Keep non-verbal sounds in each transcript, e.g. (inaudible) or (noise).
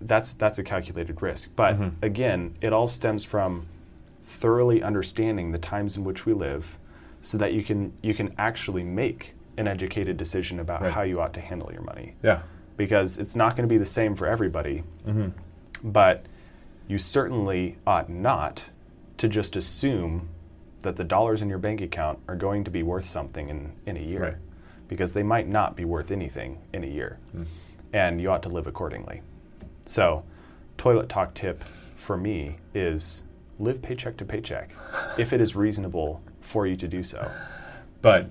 that's that's a calculated risk. But again, it all stems from thoroughly understanding the times in which we live, so that you can you can actually make an educated decision about Right. how you ought to handle your money Yeah. because it's not going to be the same for everybody. Mm-hmm. But you certainly ought not to just assume that the dollars in your bank account are going to be worth something in, in a year Right. because they might not be worth anything in a year. Mm. And you ought to live accordingly. So, toilet talk tip for me is live paycheck to paycheck if it is reasonable for you to do so. But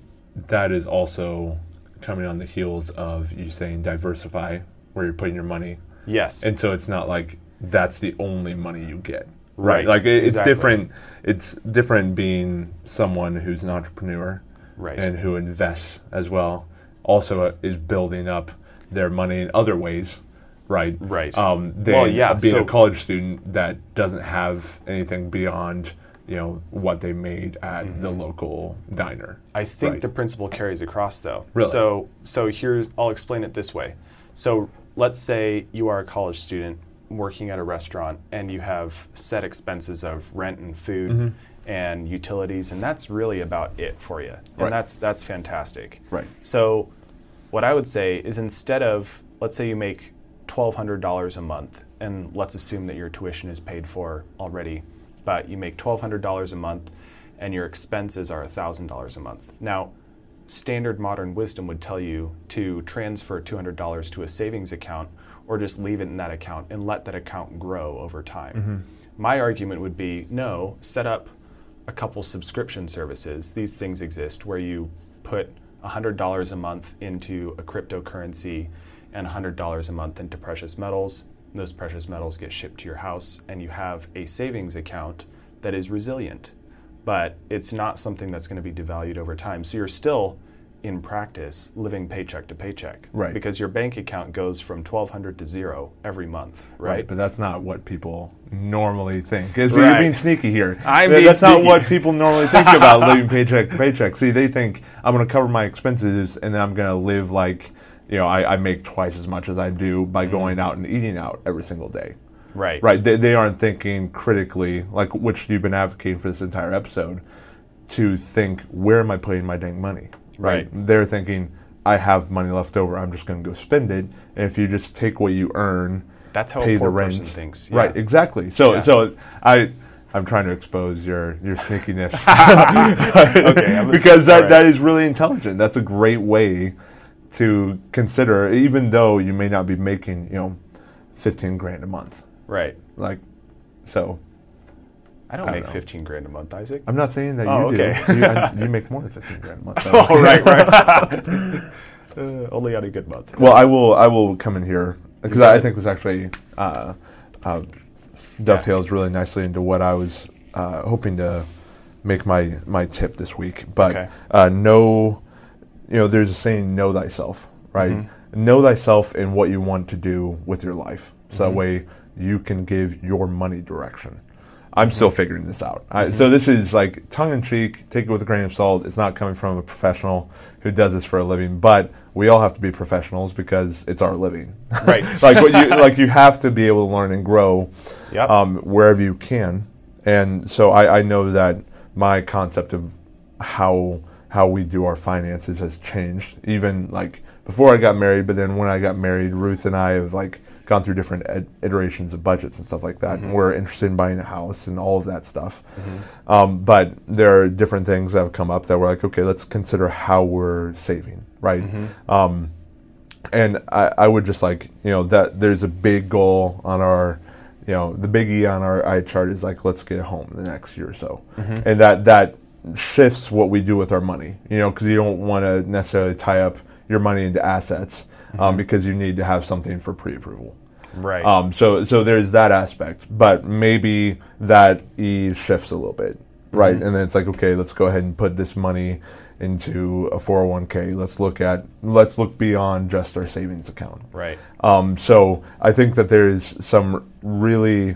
that is also coming on the heels of you saying diversify where you're putting your money. Yes. And so it's not like that's the only money you get. Right, Like it, exactly. it's different. It's different being someone who's an entrepreneur Right. and who invests as well. Also uh, is building up their money in other ways, right? Right. Um, than Well, yeah, being so- a college student that doesn't have anything beyond you know what they made at the Mm-hmm. local diner. I think Right. the principle carries across though. Really? So so here's I'll explain it this way. So let's say you are a college student working at a restaurant and you have set expenses of rent and food and utilities and that's really about it for you. And Mm-hmm. Right. that's that's fantastic. Right. So what I would say is instead of let's say you make $1200 a month and let's assume that your tuition is paid for already, but you make $1200 a month and your expenses are $1000 a month. Now, standard modern wisdom would tell you to transfer $200 to a savings account or just leave it in that account and let that account grow over time. My argument would be no, set up a couple subscription services. These things exist where you put $100 a month into a cryptocurrency and $100 a month into precious metals. Those precious metals get shipped to your house, and you have a savings account that is resilient, but it's not something that's going to be devalued over time. So you're still, in practice, living paycheck to paycheck. Right. Because your bank account goes from 1200 to zero every month, right? But that's not what people normally think. Is Right. you're being sneaky here. I'm That- being that's sneaky. not what people normally (laughs) think about living paycheck to paycheck. See, they think I'm going to cover my expenses and then I'm going to live like you know I, I make twice as much as I do Mm-hmm. by going out and eating out every single day. Right. Right? They, they aren't thinking critically, like which you've been advocating for this entire episode, to think where am I putting my dang money? Right. They're thinking I have money left over. I'm just going to go spend it. And if you just take what you earn That's how pay a poor the rent. person thinks. Right, yeah. exactly. So Yeah. so I I'm trying to expose your your (laughs) sneakiness. Okay, I'm listening. because All that, right. that is really intelligent. That's a great way to consider even though you may not be making, you know, 15 grand a month. Right. Like so I don't I don't make know. 15 grand a month, Isaac. I'm not saying that Oh, you do. okay. You, I- you make more than 15 grand a month. (laughs) oh, right, right. (laughs) uh, only on a good month. Well, I will. I will come in here because got I, I it. think this actually uh, uh, dovetails really nicely into what I was uh, hoping to make my my tip this week. But Okay. uh, know, you know, there's a saying: "Know thyself." Right? Know thyself and what you want to do with your life, so that way you can give your money direction. I'm still figuring this out. I, so this is like tongue in cheek, take it with a grain of salt. It's not coming from a professional who does this for a living, but we all have to be professionals because it's our living. (laughs) Right. (laughs) like what you like you have to be able to learn and grow Yep. um, wherever you can. And so I, I know that my concept of how how we do our finances has changed. Even like before I got married, but then when I got married, Ruth and I have like gone through different ed- iterations of budgets and stuff like that. And we're interested in buying a house and all of that stuff. Um, but there are different things that have come up that we're like, okay, let's consider how we're saving, right? Um, and I, I would just like you know that there's a big goal on our you know the biggie on our eye chart is like let's get a home the next year or so and that that shifts what we do with our money you know because you don't want to necessarily tie up your money into assets um, because you need to have something for pre-approval Right. um, so so there's that aspect, but maybe that e shifts a little bit, right? And then it's like, okay, let's go ahead and put this money into a 401k. Let's look at let's look beyond just our savings account. right. Um, so I think that there is some really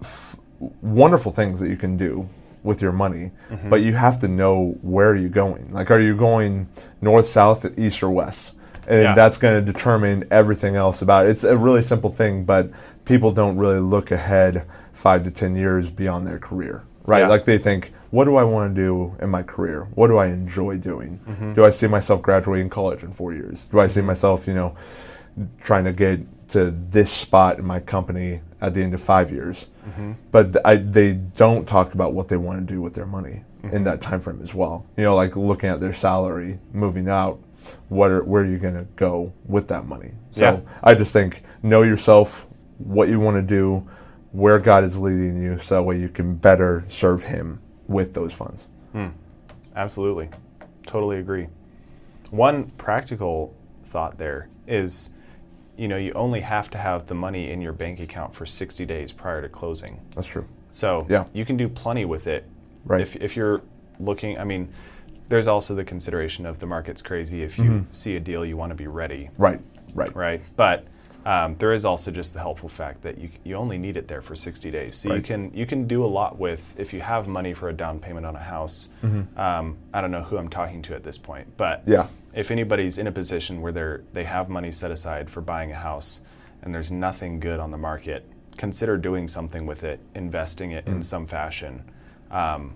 f- wonderful things that you can do with your money, Mm-hmm. but you have to know where you're going. Like, are you going north, south, east, or west? and Yeah. that's going to determine everything else about it. It's a really simple thing, but people don't really look ahead five to ten years beyond their career, right? Yeah. Like they think, what do I want to do in my career? What do I enjoy doing? Mm-hmm. Do I see myself graduating college in four years? Do I see myself, you know, trying to get to this spot in my company at the end of five years? Mm-hmm. But th- I, they don't talk about what they want to do with their money Mm-hmm. in that time frame as well. You know, like looking at their salary, moving out, what are, where are you going to go with that money? So Yeah. I just think know yourself, what you want to do, where God is leading you, so that way you can better serve Him with those funds. Absolutely. Totally agree. One practical thought there is you know, you only have to have the money in your bank account for 60 days prior to closing. That's true. So Yeah. you can do plenty with it. Right. If, if you're looking, I mean, there's also the consideration of the market's crazy. If you see a deal, you want to be ready, Right. Right. right? But um, there is also just the helpful fact that you, you only need it there for 60 days. So you Right. can you can do a lot with if you have money for a down payment on a house. Um, I don't know who I'm talking to at this point, but Mm-hmm. Yeah. if anybody's in a position where they're they have money set aside for buying a house and there's nothing good on the market, consider doing something with it, investing it Mm. in some fashion, um,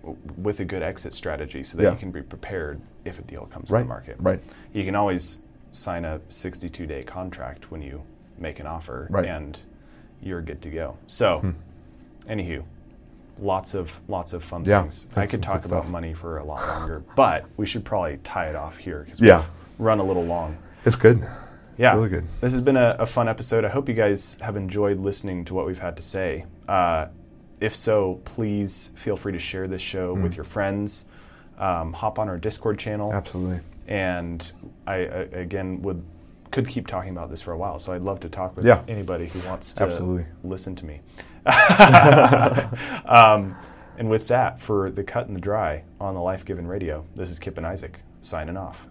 w- with a good exit strategy, so that Yeah. you can be prepared if a deal comes to Right. the market. Right. You can always sign a 62 day contract when you make an offer, Right. Hmm. and you're good to go. So, anywho, lots of lots of fun Yeah, things. that's I could some talk good about stuff. money for a lot longer, but we should probably tie it off here because Yeah. we've run a little long. It's good. Yeah, really good. This has been a, a fun episode. I hope you guys have enjoyed listening to what we've had to say. Uh, if so, please feel free to share this show Hmm. with your friends. Um, hop on our Discord channel Absolutely. and I, I again would could keep talking about this for a while. So I'd love to talk with Yeah. anybody who wants to Absolutely. listen to me. (laughs) um, and with that, for the cut and the dry on the Life Given Radio, this is Kip and Isaac signing off.